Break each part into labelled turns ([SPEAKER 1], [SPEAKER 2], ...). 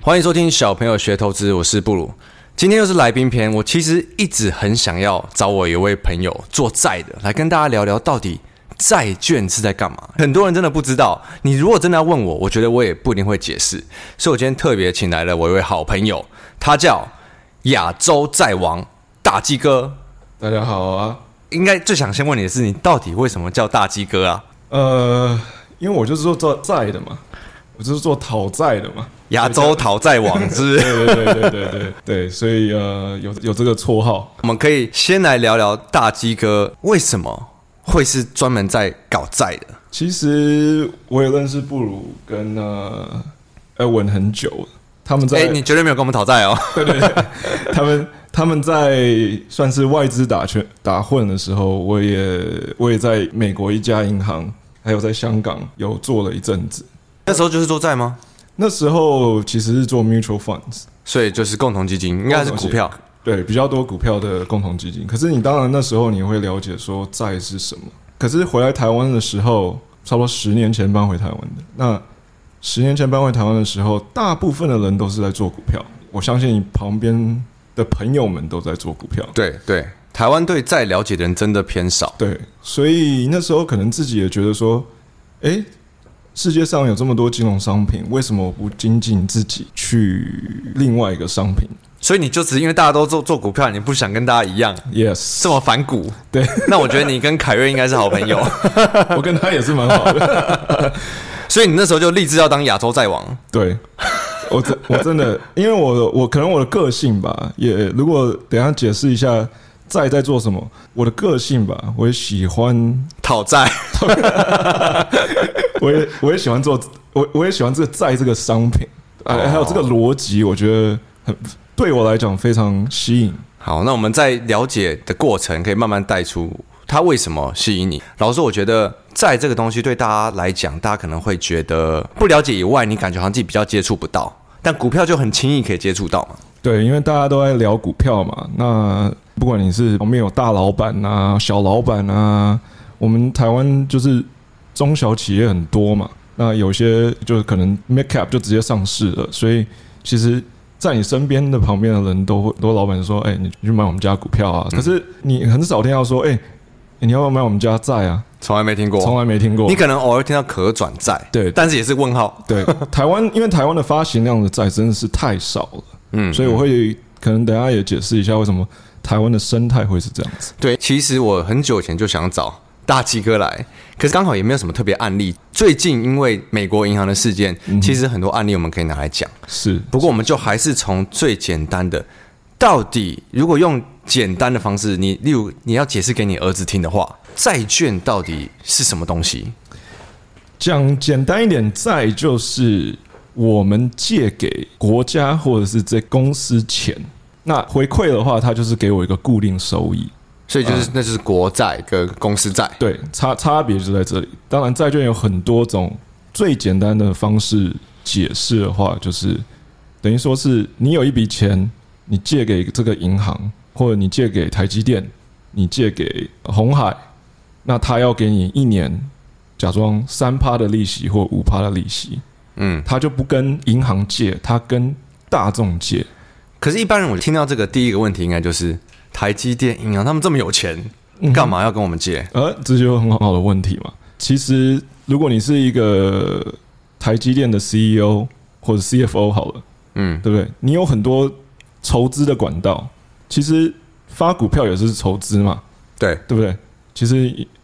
[SPEAKER 1] 欢迎收听小朋友学投资，我是布鲁。今天又是来宾篇，我其实一直很想要找我一位朋友做债的，来跟大家聊聊到底债券是在干嘛。很多人真的不知道，你如果真的要问我，我觉得我也不一定会解释。所以我今天特别请来了我一位好朋友，他叫亚洲债王大鸡哥。
[SPEAKER 2] 大家好啊，
[SPEAKER 1] 应该最想先问你的是，你到底为什么叫大鸡哥啊？
[SPEAKER 2] 呃，因为我就是做做债的嘛，我就是做讨债的 嘛，
[SPEAKER 1] 亚洲讨债王是不是？
[SPEAKER 2] 对对对对对对对，所以呃，有有这个绰号，
[SPEAKER 1] 我们可以先来聊聊大鸡哥为什么会是专门在搞债的。
[SPEAKER 2] 其实我也认识布鲁跟呃艾文很久了，他们在、
[SPEAKER 1] 哎、你绝对没有跟我们讨债哦。
[SPEAKER 2] 对对对，他们他们在算是外资打圈打混的时候，我也我也在美国一家银行，还有在香港有做了一阵子。
[SPEAKER 1] 那时候就是做债吗？
[SPEAKER 2] 那时候其实是做 mutual funds，
[SPEAKER 1] 所以就是共同基金，应该是股票。
[SPEAKER 2] 对，比较多股票的共同基金。可是你当然那时候你会了解说债是什么。可是回来台湾的时候，差不多十年前搬回台湾的。那十年前搬回台湾的时候，大部分的人都是在做股票。我相信你旁边的朋友们都在做股票。
[SPEAKER 1] 对对，台湾对债了解的人真的偏少。
[SPEAKER 2] 对，所以那时候可能自己也觉得说，诶，世界上有这么多金融商品，为什么我不精进自己去另外一个商品
[SPEAKER 1] 所以你就只是因为大家都做做股票，你不想跟大家一样
[SPEAKER 2] ？Yes，
[SPEAKER 1] 这么反骨。
[SPEAKER 2] 对，
[SPEAKER 1] 那我觉得你跟凯瑞应该是好朋 友，
[SPEAKER 2] 我跟他也是蛮好的。
[SPEAKER 1] 所以你那时候就立志要当亚洲债王。
[SPEAKER 2] 对， 我真我真的，因为我我可能我的个性吧，也如果等一下解释一下在在做什么，我的个性吧，我也喜欢，
[SPEAKER 1] 讨债，
[SPEAKER 2] 我也我也喜欢做，我我也喜欢这个在这个商品，啊
[SPEAKER 1] 哦
[SPEAKER 2] 还还有这个逻辑，我觉得很对我来讲非常吸引。
[SPEAKER 1] 好，那我们在了解的过程，可以慢慢带出它为什么吸引你。老实说，我觉得债这个东西对大家来讲，大家可能会觉得不了解以外，你感觉好像自己比较接触不到，但股票就很轻易可以接触到嘛。
[SPEAKER 2] 对，因为大家都在聊股票嘛，那不管你是旁边有大老板啊、小老板啊，我们台湾就是中小企业很多嘛，那有些就是可能 mid cap 就直接上市了，所以其实，在你身边的旁边的人都会，都老板说，哎、你你去买我们家股票啊，可是你很少听到说，哎、你要不要买我们家债啊？
[SPEAKER 1] 从来没听过，
[SPEAKER 2] 从来没听过
[SPEAKER 1] 你。可能偶尔听到可转债，
[SPEAKER 2] 对
[SPEAKER 1] 但是也是问号。
[SPEAKER 2] 对，台湾因为台湾的发行量的债真的是太少了，
[SPEAKER 1] 嗯，
[SPEAKER 2] 所以我会可能等一下也解释一下为什么台湾的生态会是这样子。
[SPEAKER 1] 对，其实我很久以前就想找大鸡哥来，可是刚好也没有什么特别案例。最近因为美国银行的事件，其实很多案例我们可以拿来讲。
[SPEAKER 2] 是
[SPEAKER 1] 不过我们就还是从最简单的，到底如果用简单的方式，你例如你要解释给你儿子听的话，债券到底是什么东西？
[SPEAKER 2] 讲简单一点，债就是我们借给国家或者是这公司钱，那回馈的话，它就是给我一个固定收益。
[SPEAKER 1] 所以就是、那就是国债跟公司债。
[SPEAKER 2] 对，差差别就在这里。当然，债券有很多种，最简单的方式解释的话，就是等于说是你有一笔钱，你借给这个银行，或者你借给台积电，你借给红海，那他要给你一年，假装三趴的利息或五趴的利息，
[SPEAKER 1] 嗯，
[SPEAKER 2] 他就不跟银行借，他跟大众借。
[SPEAKER 1] 可是，一般人我听到这个第一个问题，应该就是台积电、银行他们这么有钱，
[SPEAKER 2] 嗯
[SPEAKER 1] 干嘛要跟我们借？
[SPEAKER 2] 呃，这就很好的问题嘛。其实，如果你是一个台积电的 CEO 或者 CFO 好了，
[SPEAKER 1] 嗯，
[SPEAKER 2] 对不对？你有很多筹资的管道，其实发股票也是筹资嘛，
[SPEAKER 1] 对，
[SPEAKER 2] 对不对？其实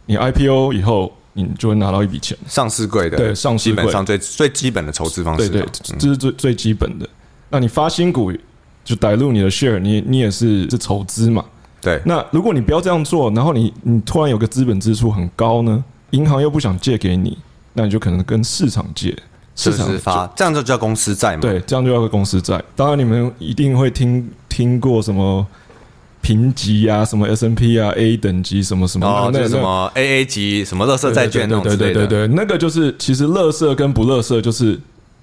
[SPEAKER 2] 你 IPO 以后，你就会拿到一笔钱，
[SPEAKER 1] 上市贵的，
[SPEAKER 2] 对上市
[SPEAKER 1] 基本
[SPEAKER 2] 柜
[SPEAKER 1] 上最最基本的筹资方式
[SPEAKER 2] 对
[SPEAKER 1] 啊。
[SPEAKER 2] 对，这是最最基本的。那你发新股就逮入你的 share，你你也是是筹资嘛，
[SPEAKER 1] 嗯对
[SPEAKER 2] 那如果你不要这样做，然后你你突然有个资本支出很高呢，银行又不想借给你，那你就可能跟市场借，市
[SPEAKER 1] 就
[SPEAKER 2] 场
[SPEAKER 1] 是发，这样就叫公司债嘛。
[SPEAKER 2] 对，这样就要个公司债。当然你们一定会听听过什么评级啊，什么 S N P 啊 A 等级什么什么，
[SPEAKER 1] 然后
[SPEAKER 2] 嗯那
[SPEAKER 1] 哦就是什么 AA 级、什么垃圾债券那
[SPEAKER 2] 对
[SPEAKER 1] 种
[SPEAKER 2] 对
[SPEAKER 1] 之类
[SPEAKER 2] 对
[SPEAKER 1] 的
[SPEAKER 2] 对。对，那个就是其实乐色跟不乐色，就是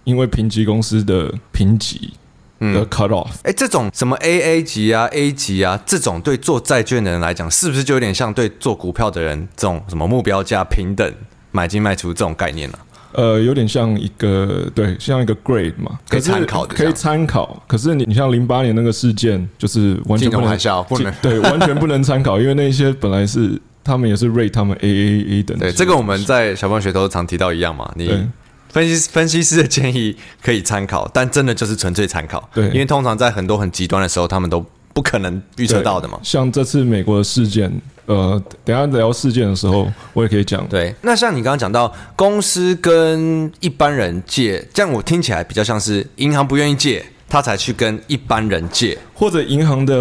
[SPEAKER 2] 因为评级公司的评级的 cut off，、
[SPEAKER 1] 哎，这种什么 AA 级啊、A 级啊，这种对做债券的人来讲，是不是就有点像对做股票的人这种什么目标价平等买进卖出这种概念呢、啊？
[SPEAKER 2] 呃，有点像一个对，像一个 grade 嘛，
[SPEAKER 1] 可以
[SPEAKER 2] 是
[SPEAKER 1] 参考的
[SPEAKER 2] 可
[SPEAKER 1] 这
[SPEAKER 2] 以
[SPEAKER 1] 样
[SPEAKER 2] 参考。可是你你像零八年那个事件，就是完全
[SPEAKER 1] 进
[SPEAKER 2] 不
[SPEAKER 1] 口
[SPEAKER 2] 能
[SPEAKER 1] 玩笑不能
[SPEAKER 2] 进对，完全不能参考，因为那些本来是他们也是 rate 他们 A A A 等级。
[SPEAKER 1] 对，这个我们在小朋友学都常提到一样嘛，
[SPEAKER 2] 对
[SPEAKER 1] 你。分析分析师的建议可以参考，但真的就是纯粹参考。
[SPEAKER 2] 对
[SPEAKER 1] 因为通常在很多很极端的时候，他们都不可能预测到的嘛。
[SPEAKER 2] 像这次美国的事件，呃，等一下聊事件的时候，我也可以讲。
[SPEAKER 1] 对，那像你刚刚讲到公司跟一般人借，这样我听起来比较像是银行不愿意借，他才去跟一般人借，
[SPEAKER 2] 或者银行的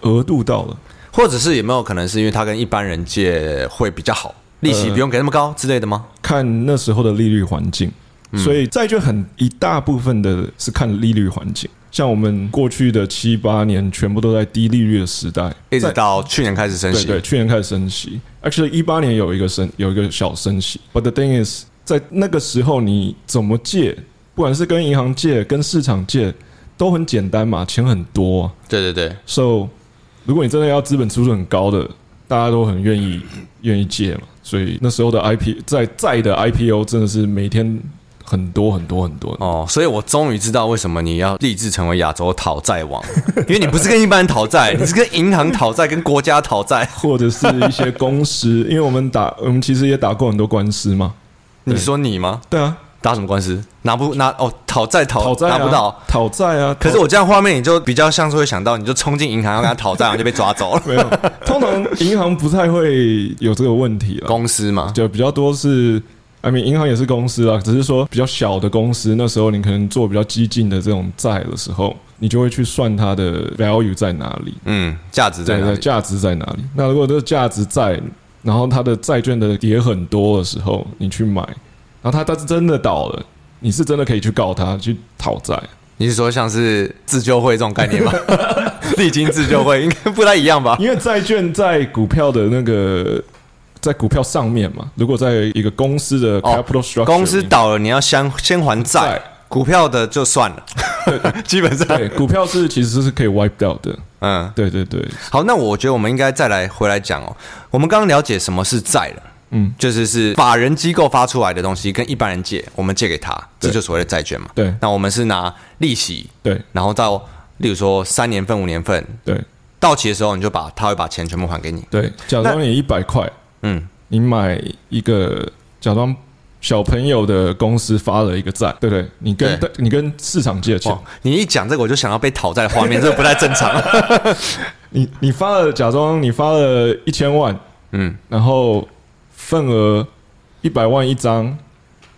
[SPEAKER 2] 额度到了，
[SPEAKER 1] 或者是有没有可能是因为他跟一般人借会比较好，利息不用给那么高之类的吗？
[SPEAKER 2] 看那时候的利率环境，
[SPEAKER 1] 嗯
[SPEAKER 2] 所以债券很一大部分的是看利率环境。像我们过去的七八年，全部都在低利率的时代，
[SPEAKER 1] 一直
[SPEAKER 2] 在
[SPEAKER 1] 到去年开始升
[SPEAKER 2] 对
[SPEAKER 1] 息，
[SPEAKER 2] 对，去年开始升息。Actually，一八年有一个升，有一个小升息。But the thing is，在那个时候你怎么借，不管是跟银行借、跟市场借，都很简单嘛，钱很多啊、
[SPEAKER 1] 对对对，
[SPEAKER 2] So，如果你真的要资本出准很高的，大家都很愿意愿意借嘛。所以那时候的 IP 在在的 IPO 真的是每天很多很多很多。
[SPEAKER 1] 哦，所以我终于知道为什么你要立志成为亚洲讨债 王，因为你不是跟一般人讨债，你是跟银行讨债，跟国家讨 债。
[SPEAKER 2] 或者是一些 公司，因为我们打，我们其实也打过很多官司嘛。
[SPEAKER 1] 你说你吗？
[SPEAKER 2] 对啊，
[SPEAKER 1] 打什么官司？拿不拿？哦，讨债讨
[SPEAKER 2] 讨债、啊、
[SPEAKER 1] 拿不到。，
[SPEAKER 2] 讨债啊。
[SPEAKER 1] 可是
[SPEAKER 2] 讨
[SPEAKER 1] 我这样画面，你就比较像是会想到，你就冲进银行要跟他讨债，然后就被抓 走了。
[SPEAKER 2] 没有，通常银行不太会有这个问题了。
[SPEAKER 1] 公司嘛，
[SPEAKER 2] 就比较多是，I mean，银行也是公司啊啦，只是说比较小的公司，那时候你可能做比较激进的这种债的时候，你就会去算它的 value 在哪里，
[SPEAKER 1] 嗯，价值在哪
[SPEAKER 2] 对
[SPEAKER 1] 里？
[SPEAKER 2] 价值在哪里。那如果这个价值在，然后它的债券的也很多的时候，你去买，然后它它是真的倒了，你是真的可以去告它去讨债。
[SPEAKER 1] 你是说像是自救会这种概念吗？ 历经自救会应该不太一样吧？
[SPEAKER 2] 因为债券在股票的那个在股票上面嘛，如果在一个公司的
[SPEAKER 1] 哦
[SPEAKER 2] capital structure，
[SPEAKER 1] 公司
[SPEAKER 2] 里面
[SPEAKER 1] 倒了，你要先先还债
[SPEAKER 2] 债，
[SPEAKER 1] 股票的就算了，基本上，
[SPEAKER 2] 对股票是其实是可以 wipe 掉的。
[SPEAKER 1] 嗯，
[SPEAKER 2] 对对对，
[SPEAKER 1] 好，那我觉得我们应该再来回来讲哦。我们刚刚了解什么是债了，
[SPEAKER 2] 嗯，
[SPEAKER 1] 就是是法人机构发出来的东西，跟一般人借，我们借给他，这
[SPEAKER 2] 对
[SPEAKER 1] 就所谓的债券嘛。
[SPEAKER 2] 对
[SPEAKER 1] 那我们是拿利息，
[SPEAKER 2] 对
[SPEAKER 1] 然后到例如说三年份、五年份
[SPEAKER 2] 对
[SPEAKER 1] 到期的时候，你就把他会把钱全部还给你。
[SPEAKER 2] 对，假装你一百块，
[SPEAKER 1] 嗯，
[SPEAKER 2] 你买一个假装小朋友的公司发了一个债，对不对？你跟
[SPEAKER 1] 对哦
[SPEAKER 2] 你跟市场借钱
[SPEAKER 1] 哇，，你一讲这个我就想要被讨债的画面，这不太正 常。
[SPEAKER 2] 你你发了假装你发了一千万，
[SPEAKER 1] 嗯，
[SPEAKER 2] 然后份额一百万一张，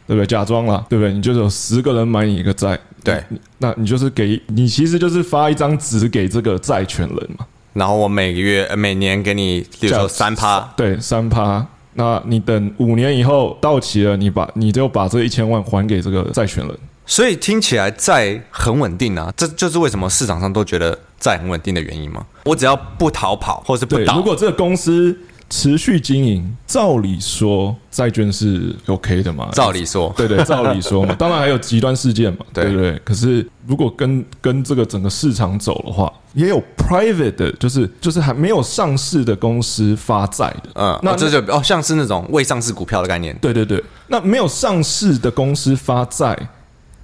[SPEAKER 2] 对不对？假装啦，对不对？你就是有十个人买你一个债，
[SPEAKER 1] 对。
[SPEAKER 2] 那你就是给你其实就是发一张纸给这个债权人嘛。
[SPEAKER 1] 然后我每个月、呃每年给你，例如
[SPEAKER 2] 这
[SPEAKER 1] 说
[SPEAKER 2] 样
[SPEAKER 1] 三趴，
[SPEAKER 2] 对，三趴。那你等五年以后到期了，你把你就把这一千万还给这个债权人。
[SPEAKER 1] 所以听起来债很稳定啊，这就是为什么市场上都觉得债很稳定的原因吗？我只要不逃跑或是不
[SPEAKER 2] 对，
[SPEAKER 1] 倒，
[SPEAKER 2] 如果这个公司持续经营，照理说债券是 OK 的嘛？
[SPEAKER 1] 照理说，
[SPEAKER 2] 对对，照理 说嘛，当然还有极端事件嘛，
[SPEAKER 1] 对
[SPEAKER 2] 对不对？可是如果跟跟这个整个市场走的话，也有 private 的，就是就是还没有上市的公司发债的，
[SPEAKER 1] 嗯，那、
[SPEAKER 2] 那
[SPEAKER 1] 这就哦，像是那种未上市股票的概念，
[SPEAKER 2] 对对对，那没有上市的公司发债，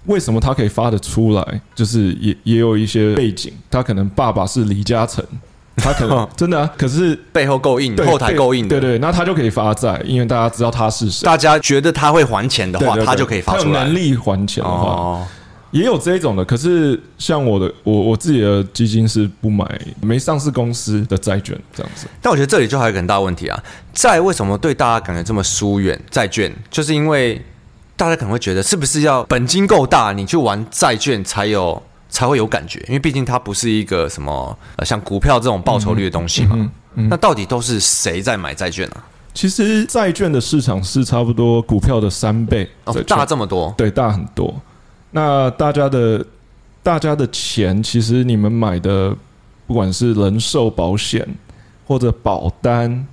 [SPEAKER 2] 为什么它可以发得出来？就是也也有一些背景，他可能爸爸是李嘉诚，他可 能真的、啊，可是
[SPEAKER 1] 背后够硬，
[SPEAKER 2] 对
[SPEAKER 1] 后台
[SPEAKER 2] 对
[SPEAKER 1] 够硬的，
[SPEAKER 2] 对对，那他就可以发债，因为大家知道他是谁。
[SPEAKER 1] 大家觉得他会还钱的
[SPEAKER 2] 对
[SPEAKER 1] 话，
[SPEAKER 2] 对对
[SPEAKER 1] 他就可以发
[SPEAKER 2] 他
[SPEAKER 1] 出
[SPEAKER 2] 有
[SPEAKER 1] 来
[SPEAKER 2] 能。力还钱的话，
[SPEAKER 1] 哦，
[SPEAKER 2] 也有这种的。可是像我的，我我自己的基金是不买没上市公司的债券这样子。
[SPEAKER 1] 但我觉得这里就还有一个很大的问题啊，债为什么对大家感觉这么疏远？债券就是因为大家可能会觉得，是不是要本金够大，你去玩债券才有才会有感觉？因为毕竟它不是一个什么、呃、像股票这种报酬率的东西
[SPEAKER 2] 嗯
[SPEAKER 1] 嘛。那到底都是谁在买债券啊？
[SPEAKER 2] 其实债券的市场是差不多股票的三倍，
[SPEAKER 1] 哦
[SPEAKER 2] 债，券
[SPEAKER 1] 大这么多，
[SPEAKER 2] 对，大很多。那大家的大家的钱，其实你们买的，不管是人寿保险，或者保单，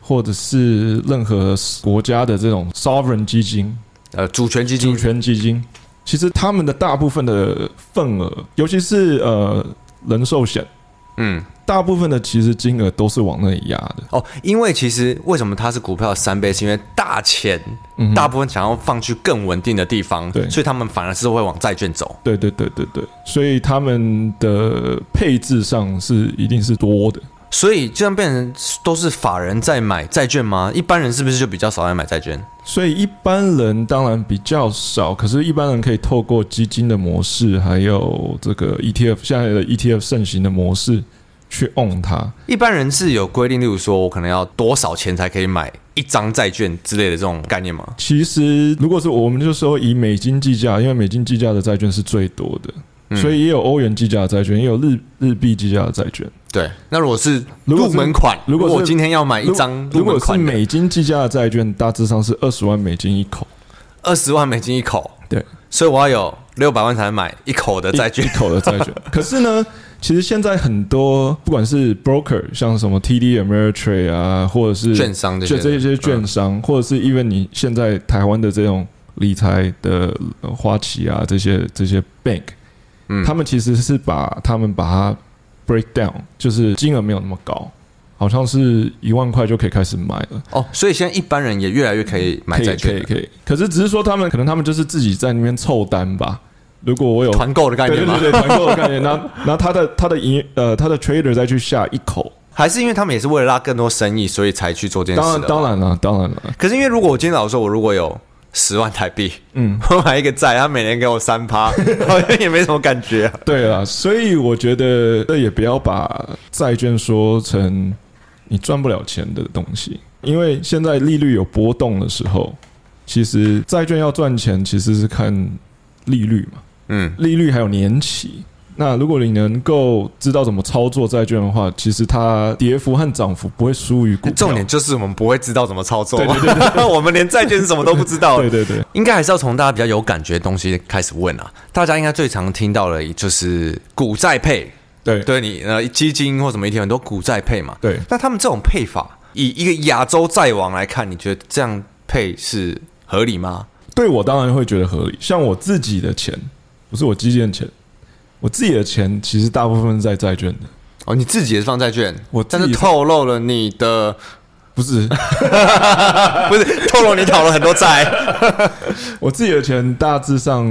[SPEAKER 2] 或者是任何国家的这种 sovereign 基金、
[SPEAKER 1] 呃，主权基
[SPEAKER 2] 主
[SPEAKER 1] 金
[SPEAKER 2] 权基金，其实他们的大部分的份额，尤其是呃人寿险，
[SPEAKER 1] 嗯，
[SPEAKER 2] 大部分的其实金额都是往那里压的。
[SPEAKER 1] 哦，因为其实为什么它是股票的三倍，是因为大钱、大部分想要放去更稳定的地方，
[SPEAKER 2] 嗯对
[SPEAKER 1] 所以他们反而是会往债券走。
[SPEAKER 2] 对对对对对，所以他们的配置上是一定是多的。
[SPEAKER 1] 所以这样变成都是法人在买债券吗？一般人是不是就比较少在买债券？
[SPEAKER 2] 所以一般人当然比较少，可是，一般人可以透过基金的模式，还有这个 ETF 现在的 ETF 盛行的模式去 on 它。
[SPEAKER 1] 一般人是有规定，例如说我可能要多少钱才可以买一张债券之类的这种概念吗？
[SPEAKER 2] 其实，如果是我们就说以美金计价，因为美金计价的债券是最多的，
[SPEAKER 1] 嗯
[SPEAKER 2] 所以也有欧元计价的债券，也有日日币计价的债券。
[SPEAKER 1] 对，那如果是
[SPEAKER 2] 如果
[SPEAKER 1] 入
[SPEAKER 2] 是
[SPEAKER 1] 门款，
[SPEAKER 2] 如果是
[SPEAKER 1] 我今天要哎买一张
[SPEAKER 2] 如
[SPEAKER 1] 入
[SPEAKER 2] 果
[SPEAKER 1] 门
[SPEAKER 2] 是
[SPEAKER 1] 款的，
[SPEAKER 2] 美金计价的债券，大致上是二十万美金一口，
[SPEAKER 1] 二十万美金一口，
[SPEAKER 2] 对，
[SPEAKER 1] 所以我要有六百万才能买一口的债券
[SPEAKER 2] 一。口的债券。 可是呢，其实现在很多不管是 broker，像什么 TD Ameritrade 啊，或者是
[SPEAKER 1] 券商这些嗯的
[SPEAKER 2] 就这些券商，或者是 even 你现在台湾的这种理财的呃花旗啊，这些这些 bank，、
[SPEAKER 1] 嗯
[SPEAKER 2] 他们其实是把他们把它 break down，就是金额没有那么高，好像是一万块就可以开始买了，
[SPEAKER 1] 哦，所以现在一般人也越来越可以买
[SPEAKER 2] 可以
[SPEAKER 1] 债
[SPEAKER 2] 可
[SPEAKER 1] 券
[SPEAKER 2] 以
[SPEAKER 1] 了，
[SPEAKER 2] 可以。可是只是说他们可能他们就是自己在那边凑单吧。如果我有
[SPEAKER 1] 团购的概
[SPEAKER 2] 对
[SPEAKER 1] 念
[SPEAKER 2] 对
[SPEAKER 1] 吗？
[SPEAKER 2] 对对，团购的概念。然后然后他的他的营呃他的 trader 再去下一口，
[SPEAKER 1] 还是因为他们也是为了拉更多生意，所以才去做这件
[SPEAKER 2] 当
[SPEAKER 1] 事
[SPEAKER 2] 然
[SPEAKER 1] 的。
[SPEAKER 2] 当然了，当然了，
[SPEAKER 1] 可是因为如果我今天老实说，我如果有十万台币，
[SPEAKER 2] 嗯，
[SPEAKER 1] 我买一个债，他每年给我三 趴，好像也没什么感觉、啊。
[SPEAKER 2] 对了，所以我觉得这也不要把债券说成你赚不了钱的东西，因为现在利率有波动的时候，其实债券要赚钱其实是看利率嘛，
[SPEAKER 1] 嗯，
[SPEAKER 2] 利率还有年期。那如果你能够知道怎么操作债券的话，其实它跌幅和涨幅不会输于股票。
[SPEAKER 1] 重点就是我们不会知道怎么操作，啊
[SPEAKER 2] 对
[SPEAKER 1] 我们连债券是什么都不知道。
[SPEAKER 2] 对对对，
[SPEAKER 1] 应该还是要从大家比较有感觉的东西开始问啊。大家应该最常听到的就是股债配，
[SPEAKER 2] 对
[SPEAKER 1] 对你呃基金或什么一天很多股债配嘛。
[SPEAKER 2] 对
[SPEAKER 1] 那他们这种配法，以一个亚洲债王来看，你觉得这样配是合理吗？
[SPEAKER 2] 对我当然会觉得合理。像我自己的钱，不是我基金的钱，我自己的钱其实大部分是在债券的，
[SPEAKER 1] 哦，你自己也是放债券，
[SPEAKER 2] 我自
[SPEAKER 1] 但
[SPEAKER 2] 己
[SPEAKER 1] 是透露了你 的
[SPEAKER 2] 不是
[SPEAKER 1] 不是透露你讨了很多 债，
[SPEAKER 2] 我自己的钱，大致上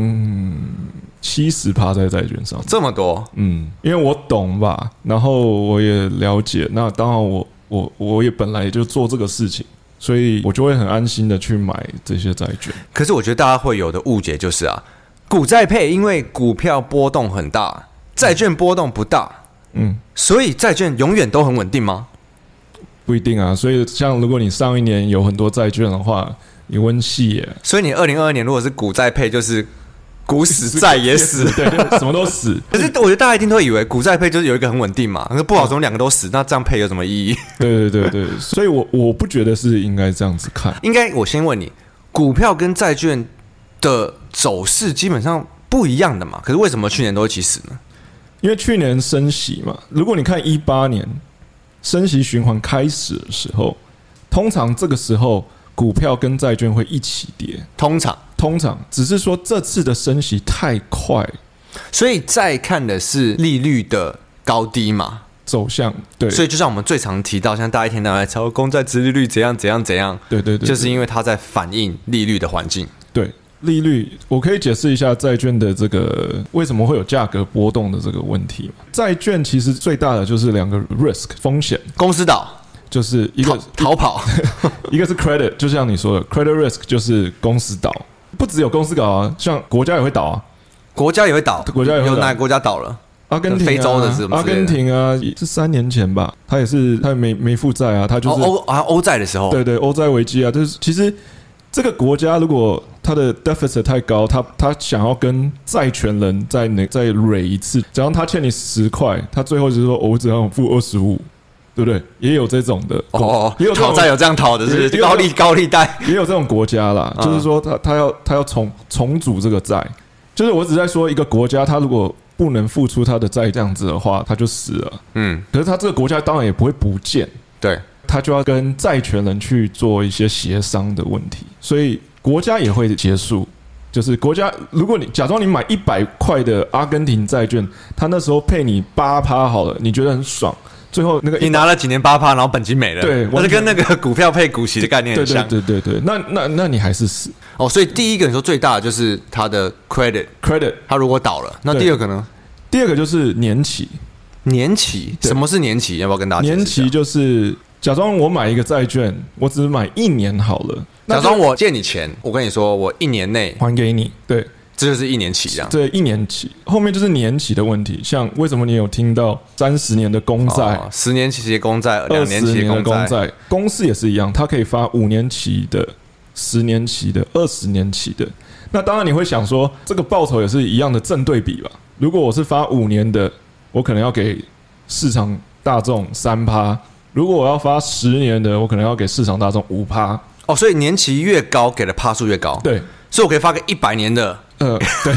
[SPEAKER 2] 七十趴在债券上。
[SPEAKER 1] 这么多，
[SPEAKER 2] 嗯，因为我懂吧，然后我也了解，那当然我我我也本来就做这个事情，所以我就会很安心的去买这些债券。
[SPEAKER 1] 可是我觉得大家会有的误解就是啊，股债配因为股票波动很大，债券波动不大，
[SPEAKER 2] 嗯，
[SPEAKER 1] 所以债券永远都很稳定吗？
[SPEAKER 2] 不一定啊。所以像如果你上一年有很多债券的话，你温系也
[SPEAKER 1] 所以你二零二二年如果是股债配，就是股死债也 死。
[SPEAKER 2] 对，就什么都死。
[SPEAKER 1] 可是我觉得大家一定都会以为股债配就是有一个很稳定嘛，可是不好说两个都死，那这样配有什么意义？
[SPEAKER 2] 对对对对，所以我我不觉得是应该这样子看。
[SPEAKER 1] 应该我先问你，股票跟债券的走势基本上不一样的嘛？可是为什么去年都一起死呢？
[SPEAKER 2] 因为去年升息嘛，如果你看一八年升息循环开始的时候，通常这个时候股票跟债券会一起跌，
[SPEAKER 1] 通常，
[SPEAKER 2] 通常只是说这次的升息太快
[SPEAKER 1] 所以再看的是利率的高低嘛。
[SPEAKER 2] 走向，对，
[SPEAKER 1] 所以就像我们最常提到，像大家一天到晚在操公债殖利率怎样怎样怎样，
[SPEAKER 2] 对对对，
[SPEAKER 1] 就是因为它在反映利率的环境。
[SPEAKER 2] 对利率，我可以解释一下债券的这个为什么会有价格波动的这个问题嘛。债券其实最大的就是两个 risk 风险，
[SPEAKER 1] 公司岛
[SPEAKER 2] 就是一
[SPEAKER 1] 逃
[SPEAKER 2] 个
[SPEAKER 1] 逃 跑，
[SPEAKER 2] 一个是 credit，就像你说的，credit risk 就是公司倒，不只有公司倒啊，像国家也会倒啊，
[SPEAKER 1] 国家也会倒，
[SPEAKER 2] 国家也会倒
[SPEAKER 1] 有哪个国家倒了？
[SPEAKER 2] 阿根廷、啊、
[SPEAKER 1] 非洲的是吗
[SPEAKER 2] 阿根廷啊，是三年前吧，他也是他也没没负债啊，他就是、
[SPEAKER 1] 哦欧啊欧债的时候，
[SPEAKER 2] 对对欧债危机啊，就是其实这个国家如果它的 deficit 太高，他他想要跟债权人再那再蕊一次，假如他欠你十块，他最后就是说、哦我只想付二十五，对不对？也有这种的
[SPEAKER 1] 哦哦，
[SPEAKER 2] 也有
[SPEAKER 1] 哦
[SPEAKER 2] 这种
[SPEAKER 1] 讨债有这样讨的，是不
[SPEAKER 2] 也
[SPEAKER 1] 是
[SPEAKER 2] 有
[SPEAKER 1] 高利高利贷。
[SPEAKER 2] 也有这种国家啦，
[SPEAKER 1] 嗯
[SPEAKER 2] 就是说他他要他要重重组这个债，就是我只在说一个国家，他如果不能付出他的债这样子的话，他就死了。
[SPEAKER 1] 嗯，
[SPEAKER 2] 可是他这个国家当然也不会不见，
[SPEAKER 1] 对，
[SPEAKER 2] 他就要跟债权人去做一些协商的问题，所以国家也会结束。就是国家，如果你假装你买一百块的阿根廷债券，他那时候配你八趴好了，你觉得很爽，最后那个
[SPEAKER 1] 你拿了几年八趴，然后本金没了，
[SPEAKER 2] 对
[SPEAKER 1] 那
[SPEAKER 2] 完
[SPEAKER 1] 就跟
[SPEAKER 2] 全
[SPEAKER 1] 那个股票配股息的概念
[SPEAKER 2] 对
[SPEAKER 1] 很
[SPEAKER 2] 对
[SPEAKER 1] 像。
[SPEAKER 2] 对对对，那那那你还是死
[SPEAKER 1] 哦，所以第一个你说最大的就是它的 credit，
[SPEAKER 2] credit。
[SPEAKER 1] 它如果倒了，那
[SPEAKER 2] 对
[SPEAKER 1] 第二个呢？
[SPEAKER 2] 第二个就是年期，
[SPEAKER 1] 年期，
[SPEAKER 2] 对
[SPEAKER 1] 什么是年期？要不要跟大家解释
[SPEAKER 2] 年
[SPEAKER 1] 一下
[SPEAKER 2] 期就是假装我买一个债券，我只买一年好了，那
[SPEAKER 1] 假
[SPEAKER 2] 就
[SPEAKER 1] 装我借你钱，我跟你说，我一年内
[SPEAKER 2] 还给你，对，
[SPEAKER 1] 这就是一年期这啊样。
[SPEAKER 2] 这一年期后面就是年期的问题，像为什么你有听到三十年的公债
[SPEAKER 1] 哦、十年期的公债，
[SPEAKER 2] 二
[SPEAKER 1] 两
[SPEAKER 2] 十
[SPEAKER 1] 年期
[SPEAKER 2] 年的公
[SPEAKER 1] 公债，
[SPEAKER 2] 债，公司也是一样，它可以发五年期的、十年期的、二十年期的。那当然你会想说，这个报酬也是一样的正对比吧？如果我是发五年的，我可能要给市场大众三趴；如果我要发十年的，我可能要给市场大众五趴。
[SPEAKER 1] 哦，所以年期越高，给的趴数越高。，
[SPEAKER 2] 对，
[SPEAKER 1] 所以我可以发个一百年的，
[SPEAKER 2] 呃， 对，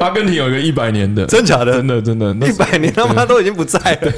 [SPEAKER 2] 阿根廷有一个一百年的，
[SPEAKER 1] 真假的
[SPEAKER 2] 真的真的，那
[SPEAKER 1] 一
[SPEAKER 2] 是
[SPEAKER 1] 百年他妈都已经不在了。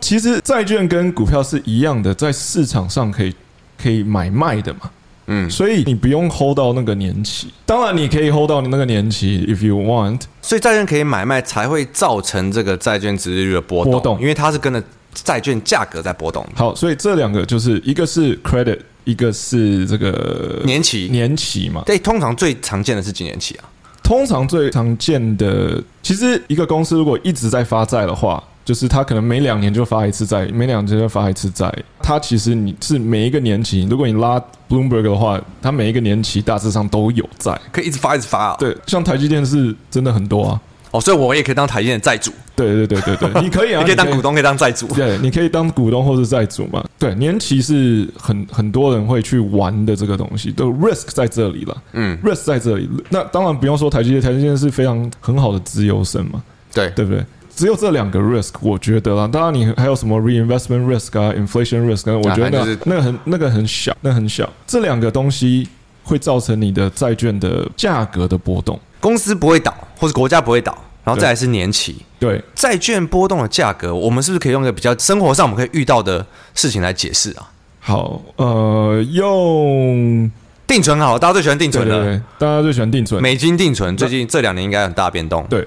[SPEAKER 2] 其实债券跟股票是一样的，在市场上可以可以买卖的嘛，
[SPEAKER 1] 嗯，
[SPEAKER 2] 所以你不用 hold 到那个年期。当然，你可以 hold 到你那个年期，if you want。
[SPEAKER 1] 所以债券可以买卖，才会造成这个债券值利率的波动，
[SPEAKER 2] 波动
[SPEAKER 1] 因为它是跟着债券价格在波动的。
[SPEAKER 2] 好，所以这两个就是一个是 credit，一个是这个
[SPEAKER 1] 年期，
[SPEAKER 2] 年期嘛。
[SPEAKER 1] 对，通常最常见的是几年期啊？
[SPEAKER 2] 通常最常见的，其实一个公司如果一直在发债的话，就是它可能每两年就发一次债，每两年就发一次债。它其实你是每一个年期，如果你拉 Bloomberg 的话，它每一个年期大致上都有债。
[SPEAKER 1] 可以一直发，一直发啊。，
[SPEAKER 2] 对，像台积电是真的很多啊。
[SPEAKER 1] 哦，所以我也可以当台积电的债主，
[SPEAKER 2] 对对对对 对，你可以啊，
[SPEAKER 1] 你可以当股。东，可以当债主。
[SPEAKER 2] 对，你可以当股东或是债主嘛。对，年期是很很多人会去玩的这个东西，都 risk 在这里了
[SPEAKER 1] 嗯，
[SPEAKER 2] ，risk 在这里。那当然不用说台积电，台积电是非常很好的资优生嘛，
[SPEAKER 1] 对，
[SPEAKER 2] 对不对？只有这两个 risk，我觉得啦。当然，你还有什么 reinvestment risk 啊，inflation risk 啊，我觉得
[SPEAKER 1] 啊
[SPEAKER 2] 那、
[SPEAKER 1] 就是
[SPEAKER 2] 那个很那个很小，那很小。这两个东西会造成你的债券的价格的波动。
[SPEAKER 1] 公司不会倒，或是国家不会倒，然后
[SPEAKER 2] 对
[SPEAKER 1] 再来是年期。
[SPEAKER 2] 对，
[SPEAKER 1] 债券波动的价格，我们是不是可以用一个比较生活上我们可以遇到的事情来解释啊？
[SPEAKER 2] 好，呃，用
[SPEAKER 1] 定存好，大家最喜欢定
[SPEAKER 2] 对
[SPEAKER 1] 存
[SPEAKER 2] 对
[SPEAKER 1] 了。
[SPEAKER 2] 对，大家最喜欢定存。
[SPEAKER 1] 美金定存最近这两年应该很大变动。
[SPEAKER 2] 对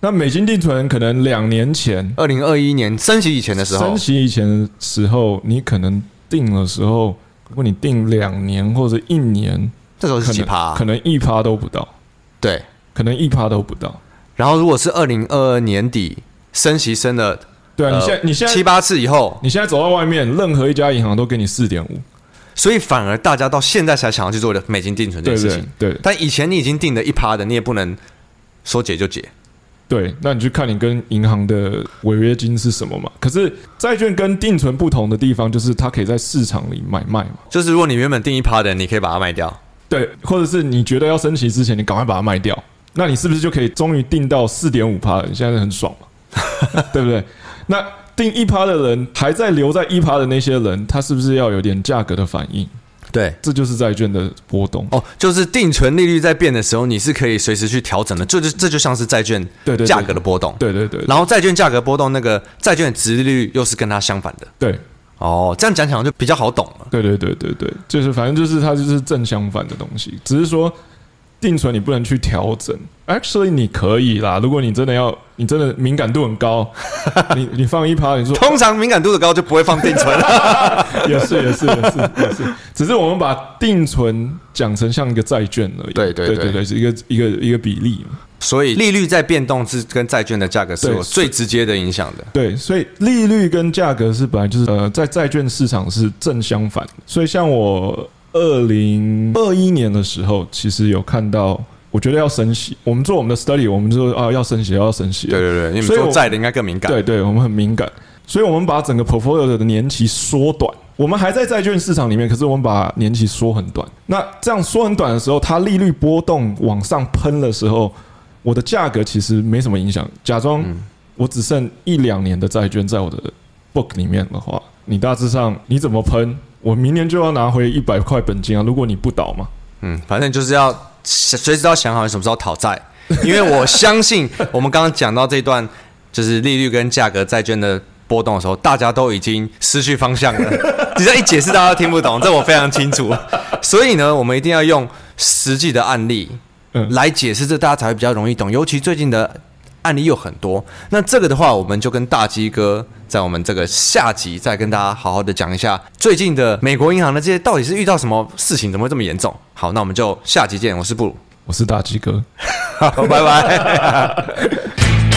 [SPEAKER 2] 那美金定存可能两年前
[SPEAKER 1] 二零二一年升息以前的时候
[SPEAKER 2] 升，息以前的时候，你可能定的时候，如果你定两年或者一年，
[SPEAKER 1] 这时候
[SPEAKER 2] 可
[SPEAKER 1] 是几
[SPEAKER 2] 能、
[SPEAKER 1] 趴、啊
[SPEAKER 2] 可能一趴都不到，
[SPEAKER 1] 对，
[SPEAKER 2] 可能一趴都不到。
[SPEAKER 1] 然后如果是二零二二年底升息升了，
[SPEAKER 2] 对
[SPEAKER 1] 呃
[SPEAKER 2] 啊，你现在你现在
[SPEAKER 1] 七八次以后，
[SPEAKER 2] 你现在走到外面，任何一家银行都给你四点五，
[SPEAKER 1] 所以反而大家到现在才想要去做的美金定存这
[SPEAKER 2] 对
[SPEAKER 1] 件
[SPEAKER 2] 不
[SPEAKER 1] 事
[SPEAKER 2] 对
[SPEAKER 1] 情。？
[SPEAKER 2] 对
[SPEAKER 1] 但以前你已经定了一趴的，你也不能说解就解。
[SPEAKER 2] 对，那你去看你跟银行的违约金是什么嘛？可是债券跟定存不同的地方，就是它可以在市场里买卖嘛。
[SPEAKER 1] 就是如果你原本定一趴的，你可以把它卖掉。
[SPEAKER 2] 对，或者是你觉得要升息之前，你赶快把它卖掉，那你是不是就可以终于定到四点五趴了？你现在很爽嘛，对不对？那定一趴的人还在留在一趴的那些人，他是不是要有点价格的反应？
[SPEAKER 1] 对，
[SPEAKER 2] 这就是债券的波动。
[SPEAKER 1] 哦，就是定存利率在变的时候，你是可以随时去调整的。这就这就像是债券
[SPEAKER 2] 对对对
[SPEAKER 1] 价格的波动，
[SPEAKER 2] 对对对
[SPEAKER 1] 然后债券价格波动，那个债券的值利率又是跟它相反的。
[SPEAKER 2] 对
[SPEAKER 1] 哦，这样讲讲就比较好懂了。
[SPEAKER 2] 对对对对对，就是反正就是它就是正相反的东西，只是说定存你不能去调整，actually 你可以啦。如果你真的要，你真的敏感度很高，你你放一趴，你说
[SPEAKER 1] 通常敏感度的高就不会放定存了。
[SPEAKER 2] 也是也是也是也是，只是我们把定存讲成像一个债券而已。
[SPEAKER 1] 对对
[SPEAKER 2] 对
[SPEAKER 1] 对
[SPEAKER 2] 对，是一个一个一个比例嘛。
[SPEAKER 1] 所以利率在变动是跟债券的价格是
[SPEAKER 2] 对
[SPEAKER 1] 有最直接的影响的。
[SPEAKER 2] 对，所以利率跟价格是本来就是呃，在债券市场是正相反的。所以像我二零二一年的时候，其实有看到，我觉得要升息。我们做我们的 study，我们就说啊要升息，要升息。
[SPEAKER 1] 对对对，你们
[SPEAKER 2] 所以
[SPEAKER 1] 做
[SPEAKER 2] 我
[SPEAKER 1] 债的应该更敏感。
[SPEAKER 2] 对对，我们很敏感，所以我们把整个 portfolio 的年期缩短。我们还在债券市场里面，可是我们把年期缩很短。那这样缩很短的时候，它利率波动往上喷的时候，我的价格其实没什么影响。假装我只剩一两年的债券在我的 book 里面的话，你大致上你怎么喷，我明年就要拿回一百块本金啊！如果你不倒嘛，
[SPEAKER 1] 嗯，反正就是要想随时都要想好你什么时候讨债， 因为我相信我们刚刚讲到这段就是利率跟价格债券的波动的时候，大家都已经失去方向 了。你这样一解释，大家都听不懂，这我非常清楚。所以呢，我们一定要用实际的案例
[SPEAKER 2] 嗯
[SPEAKER 1] 来解释，这大家才会比较容易懂。尤其最近的案例又很多，那这个的话，我们就跟大鸡哥在我们这个下集再跟大家好好的讲一下最近的美国银行的这些到底是遇到什么事情，怎么会这么严重？好，那我们就下集见。我是布鲁，
[SPEAKER 2] 我是大鸡哥。
[SPEAKER 1] 好，拜拜。